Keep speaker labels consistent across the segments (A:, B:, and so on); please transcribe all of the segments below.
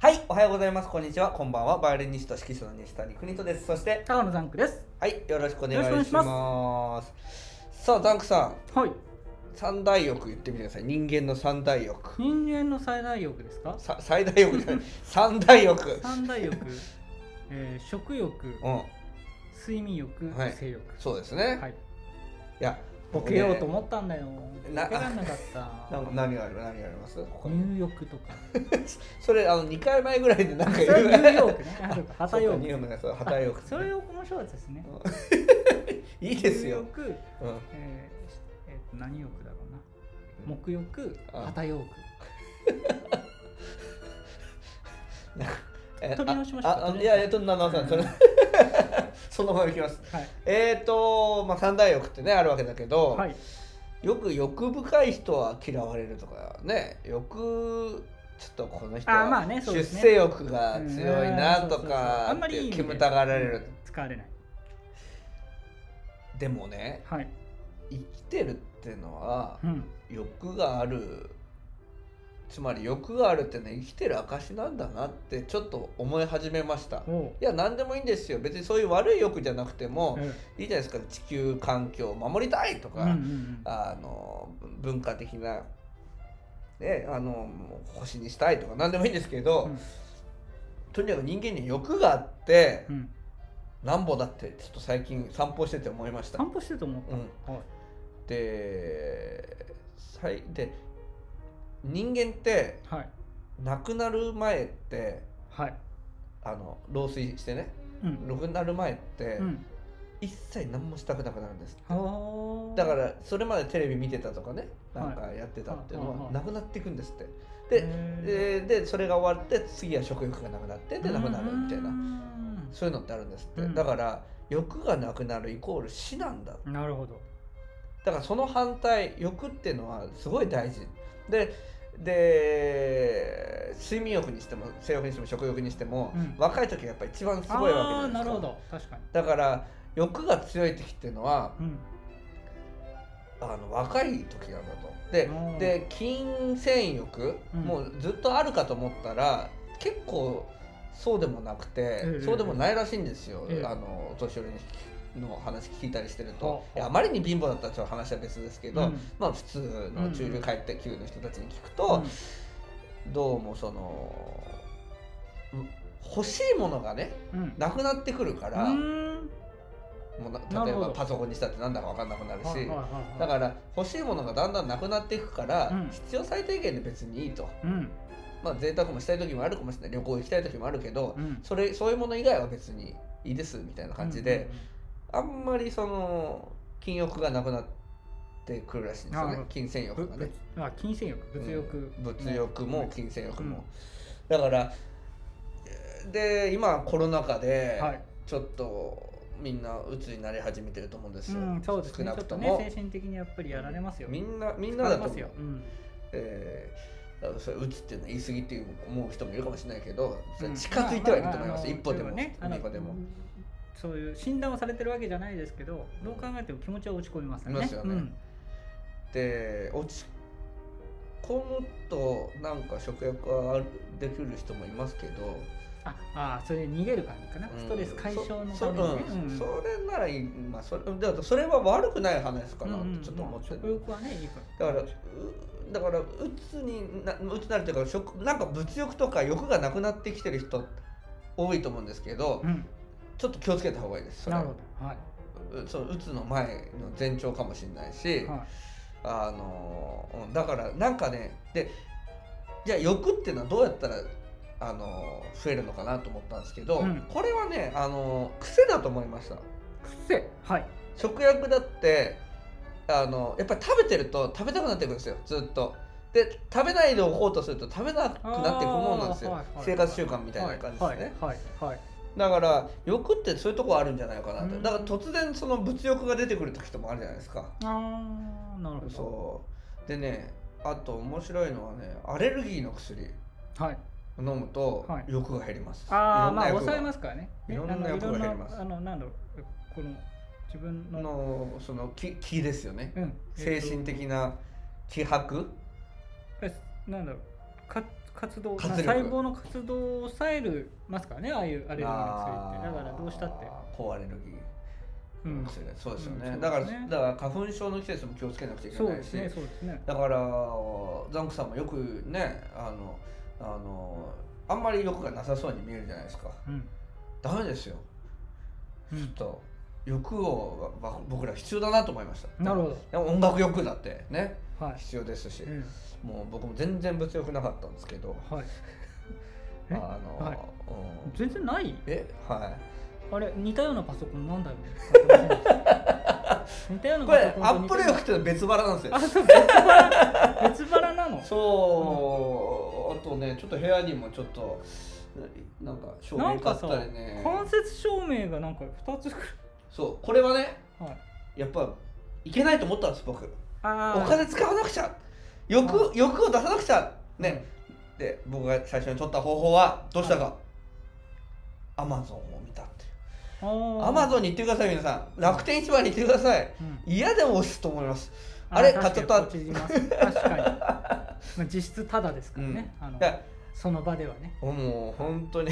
A: はい、おはようございます。こんにちは。こんばんは。バイオリニスト指揮者の西谷邦人です。そして、
B: 高野ザンクです。
A: はい、よろしくお願いし
B: よろ
A: ます。
B: しくお願
A: さあ、ザンクさん、
B: はい。
A: 三大欲言ってみてください。人間の三大欲。
B: 人間の最大欲ですか？
A: さ最大欲じゃ ない。三大欲。うん。
B: 三大欲、 えー食欲、睡眠欲、
A: はい
B: 性欲。
A: そうですね。、
B: はいい。
A: や、
B: ボ
A: 僕
B: ケ
A: ね
B: ようと思ったんだよ。
A: な
B: ボケらんなかっ
A: な
B: た。
A: んか何がある何があります他に
B: 入浴とか。
A: それあの2回前ぐらいで なんか
B: それ
A: 言う
B: 入浴 ね。あそうか
A: あそうか
B: 旗浴。
A: ニューヨークのやつは旗欲
B: それを面白いですね。
A: いいですよ
B: 入、浴、
A: うん、
B: えーえーと何欲だろうな。沐浴、
A: あ
B: 旗浴。
A: え
B: 飛び直しました
A: ああいやえっと七尾さん それそのままいきます
B: はい。
A: えーとまあ、三大欲ってねあるわけだけど、
B: はい。
A: よく欲深い人は嫌われるとかね欲ちょっとこの人
B: あーまあ
A: は
B: ねそう
A: 出
B: ですね
A: 世欲が強いな
B: うん
A: と
B: そうそうそうあ
A: か
B: ん
A: っ
B: まり
A: て
B: いい意味
A: 煙
B: で
A: たがられる。
B: 使われない。
A: でもね
B: はい。
A: 生きてるっていうのは
B: うん。
A: 欲があるつまり欲があるってね生きてる証なんだなってちょっと思い始めました
B: おう。
A: いや何でもいいんですよ別にそういう悪い欲じゃなくても
B: うん
A: いいじゃないですか地球環境を守りたいとか、
B: うんうんうん。
A: あの文化的な、ね、あの星にしたいとか何でもいいんですけど、
B: うん
A: とにかく人間に欲があって
B: うん。
A: なんぼだってちょっと最近散歩してて思いました。
B: 散歩してると思った。
A: うん
B: はい。
A: で最で人間って
B: はい。
A: 亡くなる前って
B: はい。
A: あの老衰してね
B: うん。
A: 亡くなる前って
B: うん。
A: 一切何もしたくなくなるんですって、
B: は
A: だからそれまでテレビ見てたとかねなんかやってたっていう
B: はい
A: の
B: は
A: はいなくなっていくんですって。で
B: で、
A: ででそれが終わって次は食欲がなくなってでなくなるみたいな
B: な
A: そういうのってあるんですって、
B: うん
A: だから欲がなくなるイコール死なんだ
B: なるほど。
A: だからその反対欲っていうのはすごい大事でで睡眠欲にしても性欲にしても食欲にしても、
B: うん
A: 若い時がやっぱ一番すごいわ
B: あ
A: け
B: ー
A: じゃないで
B: なる
A: す
B: ほ
A: か
B: ど。確かに。
A: だから欲が強い時っていうのは
B: うん。
A: あの若い時なんだとで
B: うん
A: で金銭欲、
B: うん
A: もうずっとあるかと思ったら結構そうでもなくて、
B: ええ
A: そうでもないらしいんですよ、
B: ええ
A: あのお年寄りにの話聞いたりしてる
B: は
A: と、
B: あ
A: いやあまりに貧乏だったらちょっと話は別ですけど、
B: うん
A: まあ普通の中流階級の人たちに聞くと、どうもそのうん欲しいものがね
B: うん。うん。
A: なくなってくるから、
B: うーん
A: もうな
B: な
A: 例
B: る
A: え
B: ほど
A: ばパソコンにしたってなんだか分かんなくなるし。
B: はいはいはいはい
A: だから欲しいものがだんだんなくなっていくから、
B: うん
A: 必要最低限で別にいいと
B: うん。
A: まあ贅沢もしたい時もあるかもしれない旅行行きたい時もあるけど、
B: うん。
A: それそういうもの以外は別にいいですみたいな感じで、あんまりその禁欲がなくなってくるらしいんですよ
B: なる
A: ね
B: ほど
A: 金銭
B: うんうん。
A: 欲が
B: ぶ
A: ね
B: ぶあ金銭欲、物欲、
A: うん物欲も金銭欲も、
B: うん
A: だからで今コロナ禍で
B: はい。
A: ちょっとみんな鬱になり始めてると思うんです
B: う
A: よ、
B: ん、そうです
A: 少
B: ね。
A: な
B: ちょ
A: く
B: っ
A: と
B: と
A: も
B: ね、精神的にやっぱりやられますよ。
A: み
B: なん
A: なみん
B: や
A: な
B: ら
A: だ
B: れ
A: と
B: ま
A: 思
B: す
A: う
B: よ。うん。
A: えー、だからそれ打つっていうのは言い過ぎっていう思う人もいるかもしれないけど、それ
B: うん
A: 近づいてはいると思います、
B: あああ
A: 一歩でも
B: あのねあの
A: 二歩でも、
B: そういう診断をされてるわけじゃないですけどどう考えても気持ちは落ち込みますよね
A: いますよね
B: うん
A: で落ち込むとなんか食欲はできる人もいますけど、
B: ああそれで逃げる感じかな、
A: うん
B: ストレス解消の
A: そ
B: ためにね
A: そ,、うん
B: うん
A: それならいい、まあ、それだからそれは悪くない話かな
B: うんうん
A: とちょっと思ってる、
B: まあ食欲はねいいか
A: だからうだからうつになうつになるというか食なんか物欲とか欲がなくなってきてる人多いと思うんですけど、
B: うん
A: ちょっと気をつけた方がいいですそれ
B: な
A: は
B: るほどはいう
A: そう打つの前の前兆かもしれないし、
B: は
A: あのーうんだからなんかねでじゃあ欲っていうのはどうやったら、あのー増えるのかなと思ったんですけど、
B: うん
A: これはね、あのー癖だと思いました
B: い癖はい
A: 食欲だって、あのーやっぱり食べてると食べたくなってくるんですよずっと。で食べないでおこうとすると食べなくなっていくもんなんですよ、
B: あーはいはい
A: 生活習慣みたいな感じですね、
B: はいはいはい
A: だから欲ってそういうとこあるんじゃないかなと、
B: うん
A: だから突然その物欲が出てくる時ともあるじゃないですか、
B: ああなるほど
A: そうでねあと面白いのはねアレルギーの薬
B: はい
A: 飲むと
B: はい
A: 欲が減ります、
B: ああまあ
A: 抑
B: 抑えますすからね
A: いろんな欲が減ります
B: あのいろんなあのなんだろうこの自分の
A: のその気気ですよね、
B: うん
A: 精神
B: えっと
A: 的な気迫
B: えなんだろうか活動
A: 活
B: まあ
A: 力
B: 細胞の活動を抑えるますからねああいうアレルギーの薬ってだからどうしたって、
A: 高アレルギー
B: う
A: の
B: ん、
A: 薬、そうですよね,、
B: うん
A: だから
B: そうですね
A: だから花粉症の季節も気をつけなくちゃいけ
B: そう
A: な
B: で
A: いし
B: すねそうですね
A: だからザンクさんもよくねあのあのあんまり欲がなさそうに見えるじゃないですか
B: うん、
A: ダメですよ
B: う
A: ちょっ
B: ん、
A: と欲をばば僕ら必要だなと思いました
B: なるほ
A: でも音楽欲だってね
B: どはい、
A: 必要ですし、
B: うん
A: もう僕も全然物欲なかったんですけど
B: は
A: あ
B: い、え
A: の、
B: はい
A: うん
B: 全然ない
A: えはい
B: あれ似たようなパソコンなんだよ似たような
A: これ
B: パソコン
A: アップル
B: よ
A: 欲っていうのは別腹なんですよ
B: あそう別腹別腹なの
A: そうあとねちょっと部屋にもちょっとなんか照
B: な
A: 明
B: ん
A: 買
B: か
A: っ
B: さ
A: たりね
B: 間接照明がなんか2つく
A: そうこれはね
B: らい、はい、
A: やっぱいけないと思ったんです僕
B: あ
A: お金使わなくちゃ欲欲を出さなくちゃね、で僕が最初に取った方法はどうしたか、アマゾンを見たっていうア
B: ア
A: マゾンに行ってください皆さん楽天市場に行ってください
B: うん、
A: 嫌でも押すと思いますあれ買っちゃった
B: 確かにこっちにいます確かに、ま あ、実質タダですからね、あの
A: いや
B: その場ではね
A: もう本 当に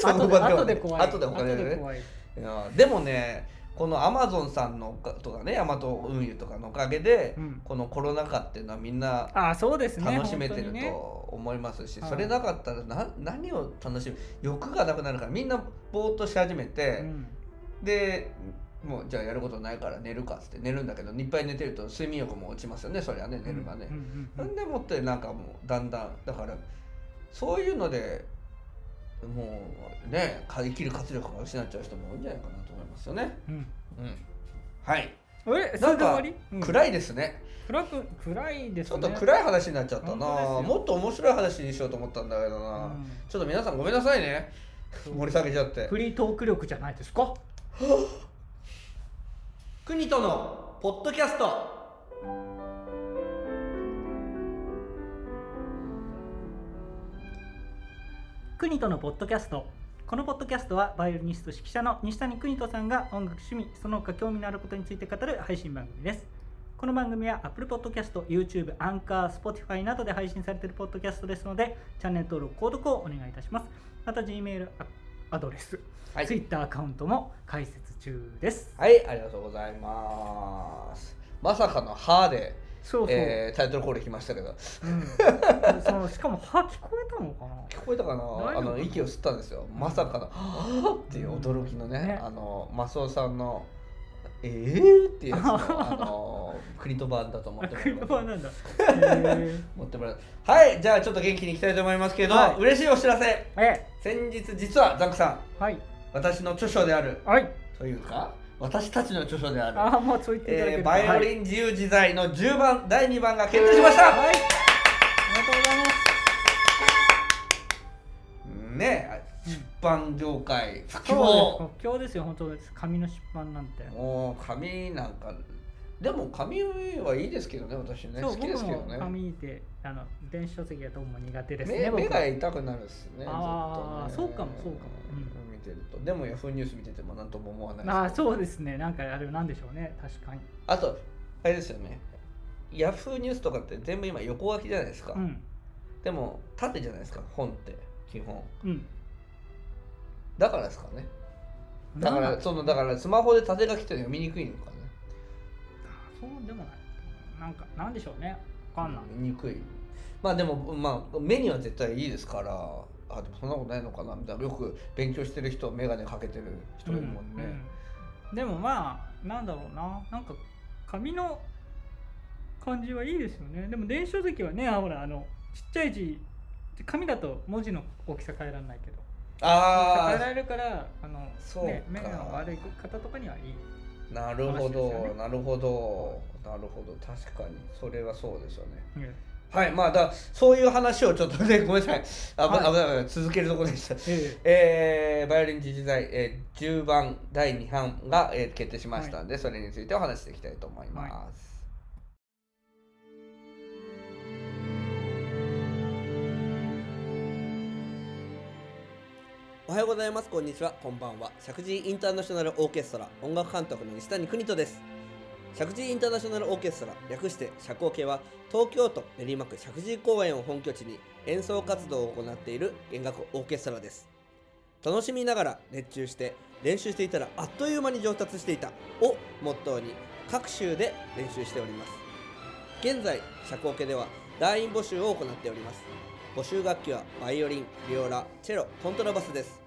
A: そ
B: 後
A: の
B: で
A: 場
B: 後
A: はね
B: で怖い
A: 後でお金で
B: 後で
A: ね
B: 怖い
A: いやでもねこのアマゾンさんのおかとかねヤマト運輸とかのおかげで、
B: うん
A: このコロナ禍っていうのはみんな
B: ああそうですね
A: 楽しめてる
B: 本当にね
A: と思いますし、
B: はい
A: それなかったらな何を楽しむ欲がなくなるからみんなぼーっとし始め
B: う
A: て、
B: ん
A: でもうじゃあやることないから寝るかっつって寝るんだけどいっぱい寝てると睡眠欲も落ちますよねそりゃね寝るがね
B: う。んうん
A: な
B: うん
A: んでもってなんかもうだんだんだからそういうのでもうねか生きる活力が失っちゃう人も多いんじゃないかなと思いますよね。
B: うん
A: うん、はい
B: えそ
A: な
B: れ
A: ん
B: で終わ
A: か
B: り、うん
A: 暗いですね。
B: 暗く暗いです
A: ちょ
B: ね
A: っと暗い話になっちゃったな、
B: 本当ですよ
A: もっと面白い話にしようと思ったんだけどな、
B: うん
A: ちょっと皆さんごめんなさいね
B: そう
A: 盛り下げちゃって
B: フリートーク力じゃないですか
A: 国とのポッドキャスト
B: 国とのポッドキャストこのポッドキャストはバイオリニスト指揮者の西谷邦人さんが音楽趣味その他興味のあることについて語る配信番組ですこの番組は Apple Podcast、YouTube、Anchor、Spotify などで配信されているポッドキャストですのでチャンネル登録・購読をお願いいたしますまた Gmail アドレス、
A: はい、
B: Twitter アカウントも開設中です
A: はい、ありがとうございますまさかの「は」で、
B: そうそう、
A: えータイトルコール来ましたけど
B: うん、そのしかも歯聞こえたのかな
A: 聞こえたか
B: 夫か
A: な
B: な
A: あの息を吸ったんですよまさかの「はぁっていう驚きのね,、
B: うんね
A: あのマスオさんの「えー?」っていうやつ のあのクリト版だと思ってもらえば
B: 車なんだ、え
A: 持ってもらうはいじゃあちょっと元気にいきたいと思いますけど、
B: はい
A: 嬉しいお知らせ
B: ー、え
A: 先日実はザンクさん
B: はい
A: 私の著書である
B: はい
A: というか私たちの著書である
B: ああもうそう言っていただけ
A: え
B: る
A: ー
B: と
A: バイオ
B: はい
A: リン自由自在の10番第2番が決定しました、
B: はい。ありがとうございます。
A: ねえ出版業界不況
B: そうです。今日ですよ、本当です。紙の出版なんて。
A: もう紙なんかでも紙はいいですけどね私ね
B: そ
A: 好
B: う、
A: き
B: 僕
A: ですけど
B: も
A: ね
B: 紙で、あの、電子書籍がどうも苦手です
A: 目
B: ね。
A: 目
B: 僕は
A: が痛くなるっすね
B: あー
A: ずっとね
B: そうかもそうかもうん
A: 見てるとでもヤフーニュース見てても何とも思わないです
B: ああ、そうですね。なんかあれなんでしょうね。確かに。
A: あとあれですよねヤフーニュースとかって全部今横書きじゃないですか、
B: うん。
A: でも縦じゃないですか本って基本
B: うん。
A: だからですかねだか
B: なん
A: らそのだからスマホで縦書きっていうのは読みにくいのかね
B: そうでもない。なんか、なんでしょうね。わかんない。
A: 読みにくいまあでもまあ目には絶対いいですからあでもそんなことないのかなみたいなよく勉強してる人眼鏡かけてる人いるもんね、
B: うんでもまあなんだろうななんか紙の感じはいいですよねでも電子書籍はねあほらあのちっちゃい字紙だと文字の大きさ変えられないけど
A: あ
B: 変えられるからあの、
A: そうか
B: ね、目が悪い方とかにはいい
A: あなるほど、
B: 話ですよね
A: なるほどなるほど確かにそれはそうですよねはい、まあだそういう話をちょっとね、ごめんなさい、あぶ
B: は
A: 危
B: い
A: ない危ない、続けるところでした。
B: え
A: えー、バイオリン自治体、えー、10番第2版が、えー決定しましたんで、それについてお話ししていきたいと思います。おはようございます。こんにちは。こんばんは。石神井インターナショナルオーケストラ音楽監督の西谷邦人です。
C: 石神井インターナショナルオーケストラ略して社交系は東京都練馬区石神井公園を本拠地に演奏活動を行っている弦楽オーケストラです楽しみながら熱中して練習していたらあっという間に上達していたをモットーに各州で練習しております現在社交系では団員募集を行っております募集楽器はバイオリンビオラチェロコントラバスです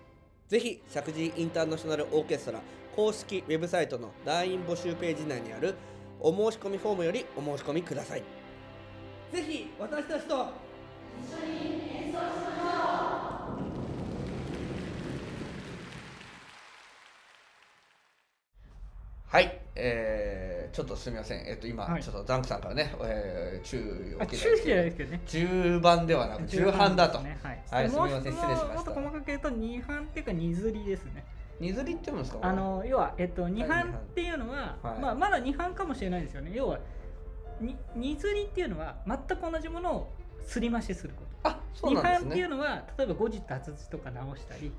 C: ぜひ石神井インターナショナルオーケストラ公式ウェブサイトの団員募集ページ内にあるお申し込みフォームよりお申し込みください
A: ぜひ私たちとはい、えー、ちょっとすみません、えっと今、
B: はい
A: ちょっとザンクさんからね、えー、注意を
B: あ
A: 受け
B: 注意じゃないです
A: け
B: けどね
A: ど中盤ではなく中半だと、
B: 中半ですね
A: は
B: はいい、
A: すみ
B: でも
A: ま
B: う
A: せん
B: 質
A: 失
B: 問
A: 礼しました
B: もっと細かく言うと二半っていうか二ずりですね
A: 二ずりって言うんですかこれ
B: あの要は、えっと、二半っていうのは、
A: はい
B: まあ、まだ二半かもしれないですよね要はに二ずりっていうのは全く同じものをすり増しすること
A: あそう
B: 二
A: なん
B: 版
A: で
B: っ
A: す
B: ていう
A: ね
B: のは例えば誤字脱字とか直したり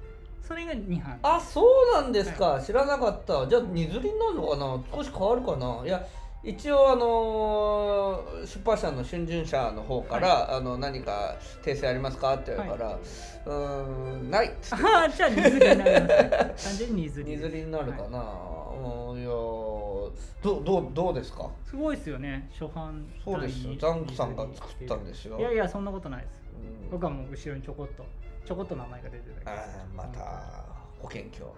B: それが二版
A: あそうなんですか、知らなかったじゃあ二ずりになるのかな少し変わるかないや一応あのー出版社の春巡社の方から、あの何か訂正ありますかって言うから、うーんないっつって
B: ああじゃあ二ずりになりますね単純に二ず
A: 二
B: りです
A: ずりになるか
B: はい
A: な、うんいやーどどうどうですか
B: すごいですよね初版
A: そうですよ
B: 単位
A: ザンクさんが作ったんですよ
B: いやいやそんなことないです
A: うん
B: 僕はもう後ろにちょこっとちょこっと名前が出てる
A: あ
B: だけです
A: ーまた保険協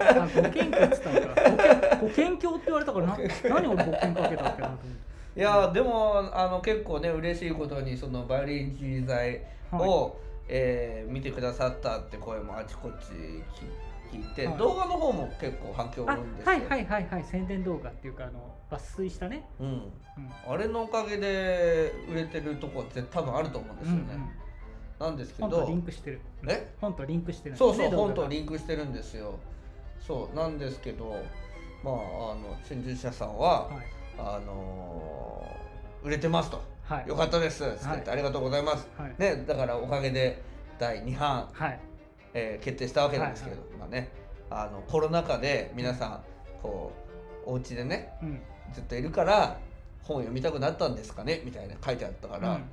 B: あ保険教って言ったのか保険保険教って言われ たからな何俺保険かけたっけなと思って
A: いやーでもあの結構ね嬉しいことにそのバイオリン人材を、えー見てくださったって声もあちこち聞聞いて、
B: はい
A: 動画の方も結構反響が
B: は
A: あ
B: い
A: るんです
B: あ
A: よ、
B: はいはいはいはい宣伝動画っていうかあの抜粋したね、
A: うん、
B: うん
A: あれのおかげで売れてるとこって多分あると思うんですよね、
B: うんうん
A: なんですけ
B: 本と
A: ど
B: リンクしてる
A: え
B: 本とリンクしてるんです
A: そ
B: ね
A: うそう、
B: 動画
A: 本
B: が
A: とリンクしてるんですよそうなんですけどまああの新人社さんは、
B: はい
A: あのー売れてますと、
B: はい
A: よかったですつって、
B: はい
A: ありがとうございます
B: はい
A: ねだからおかげで第2版、
B: はい
A: えー決定したわけなんですけど、
B: はいは
A: まあねあのコロナ禍で皆さんこうお家でね
B: うん
A: ずっといるから本読みたくなったんですかねみたいな書いてあったから、
B: うん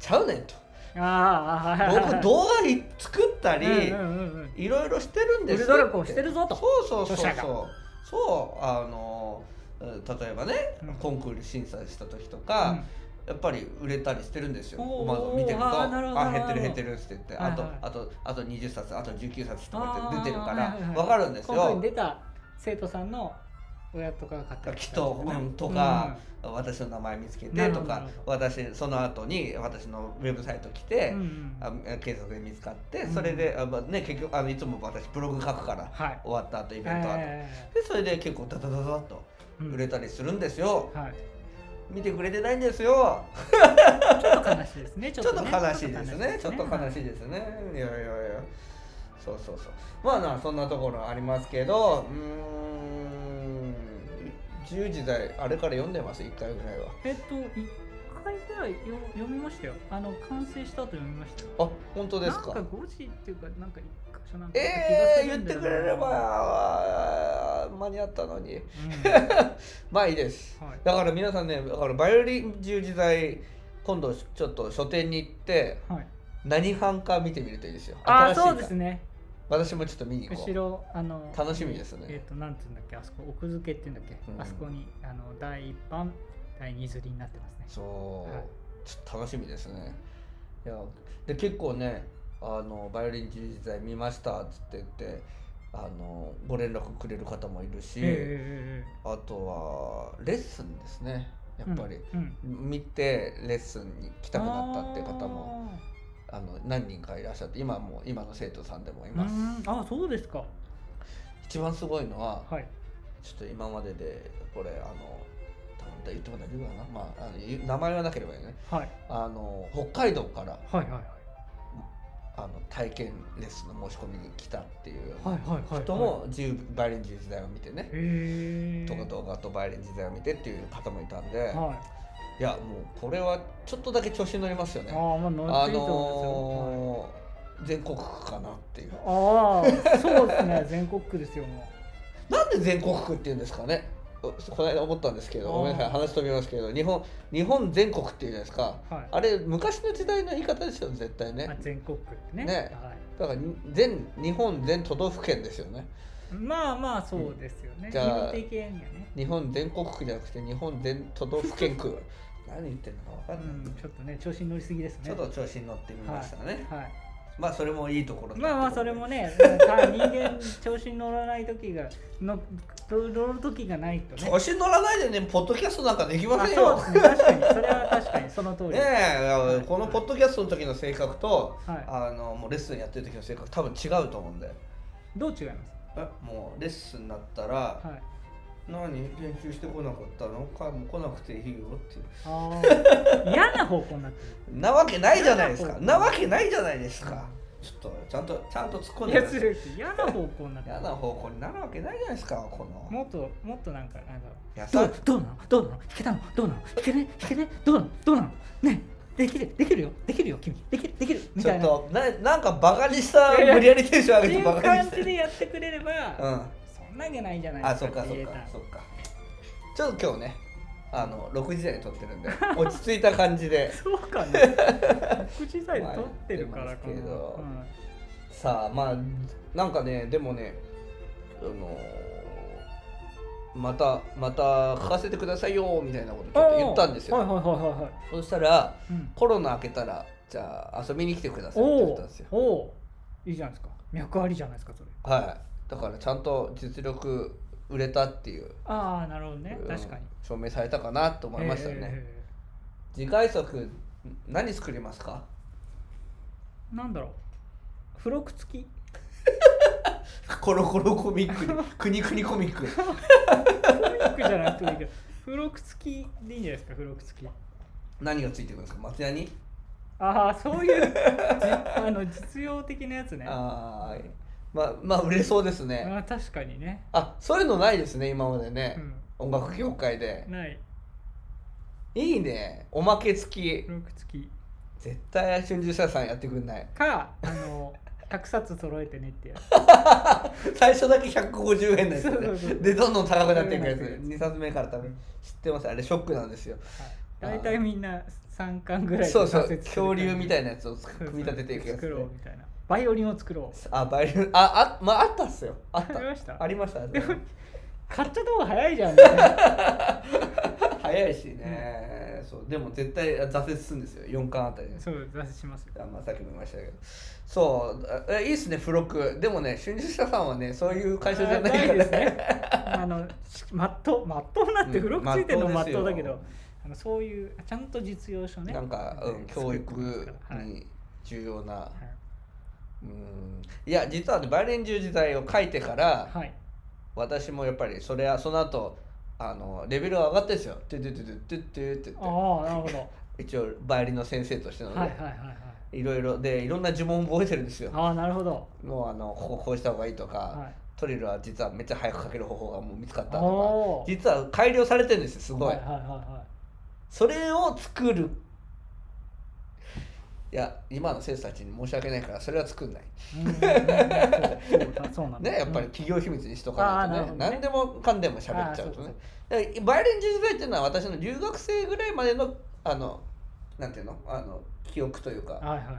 A: ちゃうねんと
B: ああああはい
A: 僕動画に作ったり、
B: うんうんうんうん
A: いろいろしてるんです
B: 売る努力をしてるぞと
A: そうそうそうそ
B: 著
A: う
B: 者が
A: そうあのうん例えばね、
B: うん
A: コンクール審査した時と
B: う
A: か
B: ん、
A: やっぱり売れたりしてるんですよ
B: おー
A: まあ見てると
B: あーなるほど
A: あ減ってる減っ
B: なるほど
A: てるって言って
B: はい
A: あ
B: はい
A: とあとあと20冊あと19冊とかっ
B: ああ
A: て出てるか
B: はいはいは
A: ら
B: い
A: わかるんです
B: コンクールに
A: よ
B: 出た生徒さんの親とかが買った
A: きっとうんとか、私の名前見つけ
B: な
A: て
B: るほ
A: と
B: どなる
A: か
B: ほ
A: 私その後に私のウェブサイト来て、
B: うんうん
A: あ警察で見つかってそれで、あまあね、結局あのいつも私ブログ書くから
B: はい
A: 終わった後イベント後、
B: え
A: でそれで結構ダダダダッと
B: ーうん
A: 売れたりするんですよ、
B: はい
A: 見てくれてないんですよ
B: ちょっと悲しいですねち
A: ちょっと
B: ね
A: 悲しいですねちょっと悲しい
B: い
A: ですねいやいやいやそうそうそうまあなそんなところありますけどうーん自由自在あれから読んでます1回ぐらいは
B: えっと一回ぐらいよ読みましたよあの完成したと読みましたよ
A: あ本当ですか
B: なんか5時っていうかなんか一箇所なんか
A: ええ
B: 気が
A: 言っ
B: す
A: て
B: るん
A: く
B: だよ
A: れ
B: な
A: ればあー間に合ったのにまあいいです
B: うんはい
A: だから皆さんねだからバイオリン自由自在今度ちょっと書店に行って
B: はい、
A: 何版か見てみるといいですよ 新
B: ああ
A: しいか
B: そうですね
A: 私もちょっと見に行こ
B: 後
A: う
B: ろあの
A: 楽しみですね
B: えっ、となんていうんだっけあそこ奥付けっていうんだっけ、
A: うん
B: あそこにあの第一版第二刷りになってますね
A: そう、
B: はい
A: ちょっと楽しみですねいやで結構ねあの「バイオリン自由自在見ました」っつって言ってあのご連絡くれる方もいるし、
B: え
A: あとはレッスンですねや
B: え
A: っぱり、、
B: うんうん
A: 見てレッスンに来たくなったっていう方もあの何人かいらっしゃって今も今の生徒さんでもい
B: あー
A: ます、
B: うーんあそうですか
A: 一番すごいのは、
B: はい
A: ちょっと今まででこれあの多分言っても大丈夫かな、まあ、あの言う名前はなければいいね
B: はい
A: あの北海道から
B: はいはいはい
A: あの体験レッスンの申し込みに来たっていう
B: はいはいはい
A: 人も自由バイオリン自由時代を見てね、
B: へえ
A: とか動画とバイオリン時代を見てっていう方もいたんで、
B: はい
A: いやもうこれはちょっとだけ調子に乗りますよね
B: あーまあ乗っ
A: あ
B: ていいと思いますよ、はい
A: のー全国区かなっていう
B: ああ、そうですね、全国区ですよ、も
A: なんで全国区っていうんですかね
B: う。
A: おこの間思ったんですけど
B: あー
A: ごめんなさい話飛びますけど日本日本全国っていうじゃないですか
B: はい
A: あれ昔の時代の言い方ですよ絶対
B: あ
A: ね
B: 全国区ね
A: ね
B: はい
A: だからに全日本全都道府県ですよね
B: まあまあそうですよね。
A: じゃあ
B: 日本的エリアね。
A: 日本全国区じゃなくて日本全都道府県区何言ってんのか分
B: う
A: かんない、
B: ん、ちょっとね調子に乗りすぎですね。
A: ちょっと調子に乗ってみましたね、
B: はい。
A: まあそれもいいところ
B: まあまあそれもね、た人間 調子に乗らない時がの乗る時がないとね。
A: 調子に乗らないでねポッドキャストなんかできま
B: あ
A: せん
B: そう
A: よ
B: ですね。確かにそれは確 かにその通り。
A: ねえこのポッドキャストの時の性格と、
B: はい
A: あのもうレッスンやってる時の性格多分違うと思うんで
B: どう違います。
A: もうレッスンになったら、
B: はい。
A: 何練習してこなかったのかもう来なくていいよっていう
B: あ あ。嫌な方向になって
A: なわけないじゃないですか
B: うん
A: なわけないじゃないですかちょっとちゃんとちゃんと突っ込ん
B: る。い
A: で
B: や
A: くださ
B: 失
A: い
B: 礼です。嫌な方向になってる
A: 嫌な方向になるわけないじゃないですかこの
B: もっともっとなんかなんだろう。
A: いや
B: ど
A: さ
B: うどうなのどうなの弾けたのどうなの弾けね弾けねどうなのどうなのねできるできるよできるよ君できるできるみ
A: ち
B: た
A: ょ
B: い
A: っ
B: な
A: とななんかバカにした
B: いやいや
A: 無理やりテンション
B: って
A: 上げて
B: いう
A: バカにし
B: 感 じで
A: て
B: やってくれれば、
A: うん
B: そんなわけないじゃない
A: あ
B: です
A: そっ
B: か
A: か
B: って
A: そっ
B: 言えた
A: かそっかちょっと今日ねあの6時台に撮ってるんで 落ち着いた感じで
B: そうかね口さえ取ってるか
A: まあ
B: らかな、
A: やってますけど
B: うん
A: さあまあなんかねでもねあのまたまた書かせてくださいよみたいなことちょっと言ったんですよ、
B: はいはいはいはいはい、
A: そしたら
B: うん、
A: コロナ明けたらじゃあ遊びに来てくださいって言
B: お
A: ったんですよ
B: おおういいじゃないですか脈ありじゃないですかそれ
A: はいだからちゃんと実力売れたっていう、
B: ああなるほどね
A: うん
B: 確かに
A: 証明されたかなと思いましたね、
B: え
A: 次回作何作りますか
B: ーなんだろう付録付き
A: コロコロコミックにク ニクニコミック
B: 付録じゃなくてもいいけ ど付録付きでいいんじゃないですか付録付き
A: 何がついてくるんですか松屋に
B: ああそういう じあの実用的なやつねあ
A: あーまあまあ売れそうですね、
B: ー確かにね、
A: あそういうのないですね今までね
B: う、ん、
A: 音楽業界で
B: ない
A: いいねおまけ付き
B: 付録付き
A: 絶対春秋社さんやってくんない
B: かあの100冊揃えてねってやつ
A: 最初だけ150円のやつね
B: そうそうそう
A: でどんどん高くなっていくやつ
B: 高くなっていく
A: 2
B: やつ
A: 冊目から多分知ってますあれショックなんですよ
B: 大体みんな3巻ぐらいで
A: そうそう
B: 挫折する
A: 恐竜みたい
B: な
A: なやつを組み立てていくやつ、
B: 作ろう
A: ね、
B: みたいなバイオリンを作ろう
A: あバイオリンああまああったっすよあった
B: あり ました
A: ありました
B: でも買っちゃった方が早いじゃんみたいな
A: 早いしね、そうでも絶対挫折するんですよ4巻あたりで
B: そう挫折しますよ
A: あまあ、さっきも言いましたけどそうあえいいっすね付録でもね春秋社さんはねそういう会社じゃないから
B: あですねあのしまっとうまっとうなって付録付いてるの
A: うん
B: ま
A: ま
B: っ
A: っと
B: と
A: う
B: うだ
A: ですよ
B: けど、あのそういうちゃんと実用書ね
A: なんか、うん、教
B: 作って
A: 育
B: ますからはい
A: に重要な、
B: はい
A: うんいや実はねバイオリン十字台を書いてから、
B: はい。
A: 私もやっぱりそれはその後あのレベルが上がってですよ「トゥトゥトゥトゥトゥトゥ」って言っ
B: ああ、なるほど。
A: て一応バイオリンの先生としてなので、
B: はいはい
A: い
B: はいはい。
A: ろいろでいろんな呪文を覚えてるんですよ
B: ああ、なるほど。
A: もうあのこここうした方がいいとか、
B: はい。
A: トリルは実はめっちゃ早くかける方法がもう見つかったとか
B: おー
A: 実は改良されてるんですよすご
B: はい
A: い
B: はいはいは
A: それを作るいや今の生徒たちに申し訳ないからそれは作んない
B: い。うんうんうんそうそうそうなんだ。
A: ねやっぱり
B: うん
A: 企業秘密にしとかないとね,、
B: うんあーなる
A: 何
B: ほどね
A: でもかんでも喋っちゃうとねだからバイオリン時代っていうのは私の留学生ぐらいまでのあのなんていうのあの記憶というか、
B: はいはいはい。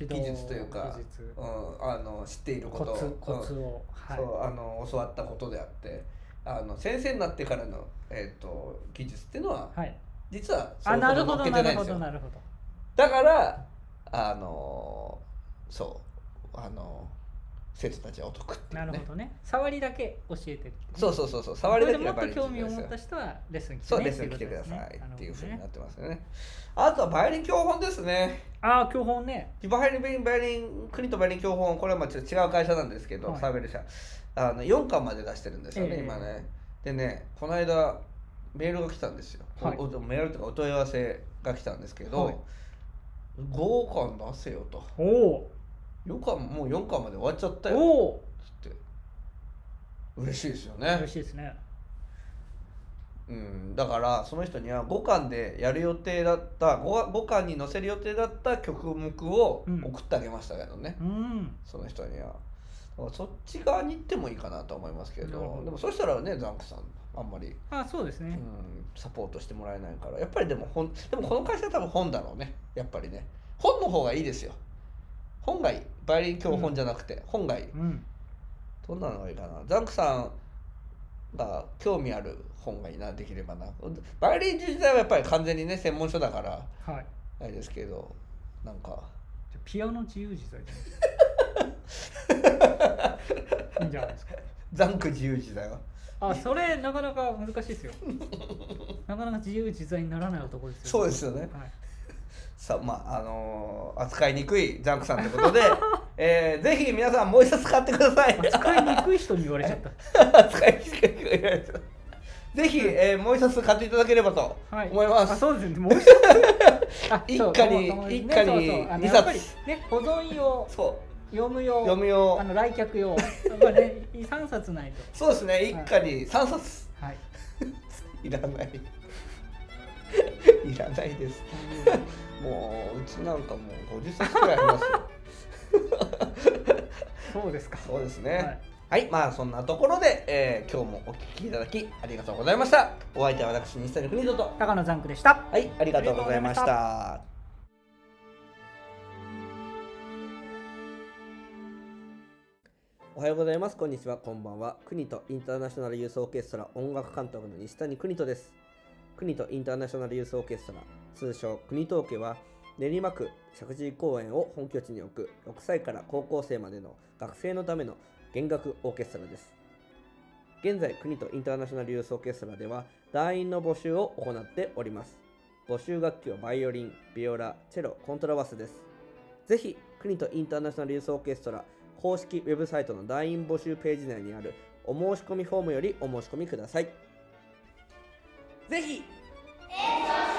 B: 指
A: 技
B: 導
A: 術というか
B: 技術
A: うん、あの知っているこ
B: コ
A: と
B: ツコ
A: うん
B: ツを。はい
A: そ。うあの教わったことであってあの先生になってからの、えー、と技術っていうのは、
B: はい。
A: 実はそ
B: あ、
A: れ
B: な
A: ほど
B: るほ
A: 乗っ
B: ど
A: け
B: な
A: てないん
B: る
A: で
B: ほ
A: す
B: ど
A: よ
B: なるほど。
A: だからあのーそうあのー生徒たちはお得ってい
B: な
A: う
B: る
A: ね
B: ほどね。触りだけ教えてって。
A: そうそ
B: そ
A: うそうそう触りだけ
B: も
A: や
B: っ
A: っぱ
B: と
A: り
B: 興味を持っ
A: で
B: た
A: すよ
B: 人はレッスン来て
A: そう
B: ね
A: レッ
B: っ
A: ス
B: て
A: ン
B: こ
A: 来
B: と
A: てく
B: で
A: だ
B: す
A: さ
B: ね
A: いっていうふう
B: な
A: に
B: る
A: なっ
B: ほどね
A: てますよねあとはバイオリン教本ですね
B: ああ、教本ね。
A: バイオリンバイオリン国とバイオリン教本これはまあちょっと違う会社なんですけど、
B: はい
A: サーベル社あの4巻まで出してるんですよね、
B: ええ
A: 今ねでねこの間メールが来たんですよ、
B: はい
A: おおメールとかお問い合わせが来たんですけど、
B: はい
A: 5巻出せよと
B: おお
A: 4巻もう4巻まで終わっちゃった
B: ー。
A: よ
B: おお
A: つって嬉しいですよ
B: ー。
A: ね
B: 嬉しいですね。
A: うん、だからその人には5巻でやる予定だった 5, 5巻に載せる予定だった曲目を送ってあげましたけどね、
B: うん。
A: その人にはだからそっち側に行ってもいいかなと思いますけ
B: なるほ
A: ど
B: ど
A: でもそしたらねザンクさんあんまり、
B: あそうです
A: う
B: ね、
A: ん、サポートしてもらえないからやっぱりでも本でもこの会社は多分本だろうねやっぱりね本の方がいいですよ本がいいバイオリン教本じゃなくて、本がいい
B: うん、
A: どんなのがいいかなザンクさんが興味ある本がいいなできればなバイオリン自体はやっぱり完全にね専門書だから
B: はい
A: あれですけどなんか
B: じゃあピアノ自由自在 でいいんじゃないですか
A: ザンク自由自在は
B: あそれなかなか難しいですよなかなか自由自在にならない男ですよ
A: そうですよね
B: はい、
A: さあまああのー扱いにくいザンクさんということで、 えー、ぜひ皆さんもう一冊買ってください
B: 扱いにくい人に言われちゃっ た
A: 扱いにくいぜひ、えーもう一冊買っていただければと
B: はい、
A: 思います、
B: あそうですね。もう一つ。あ
A: 一
B: そう
A: 家に
B: そうそう
A: 一
B: ね
A: 家に
B: そうそうあの
A: 二冊
B: やっぱりね、保存用、
A: そう
B: 読む用、
A: 読む用
B: あの来客用、まあね、 三冊ないと。
A: そうですね一家に3冊
B: はい。
A: いら ないいらないです もううちなんかもう50冊くらいありますよ
B: そうですか。
A: そうですね、
B: はい。
A: はい、まあそんなところで、えー今日もお聞きいただきありがとうございました。お相手は私、西谷邦人と。
B: 高野ザンクでした。
A: はい、ありがとうございまし
B: ありが
A: た。
C: おはようございます。こんにちは。こんばんは。国とインターナショナルユースオーケストラ音楽監督の西谷邦人です。国とインターナショナルユースオーケストラ、通称国東家は、練馬区石神井公園を本拠地に置く6歳から高校生までの学生のための弦楽オーケストラです。現在、国とインターナショナルユースオーケストラでは、団員の募集を行っております。募集楽器はバイオリン、ビオラ、チェロ、コントラバスです。ぜひ、国とインターナショナルユースオーケストラ公式ウェブサイトの団員募集ページ内にあるお申し込みフォームよりお申し込みください。ぜひ演奏し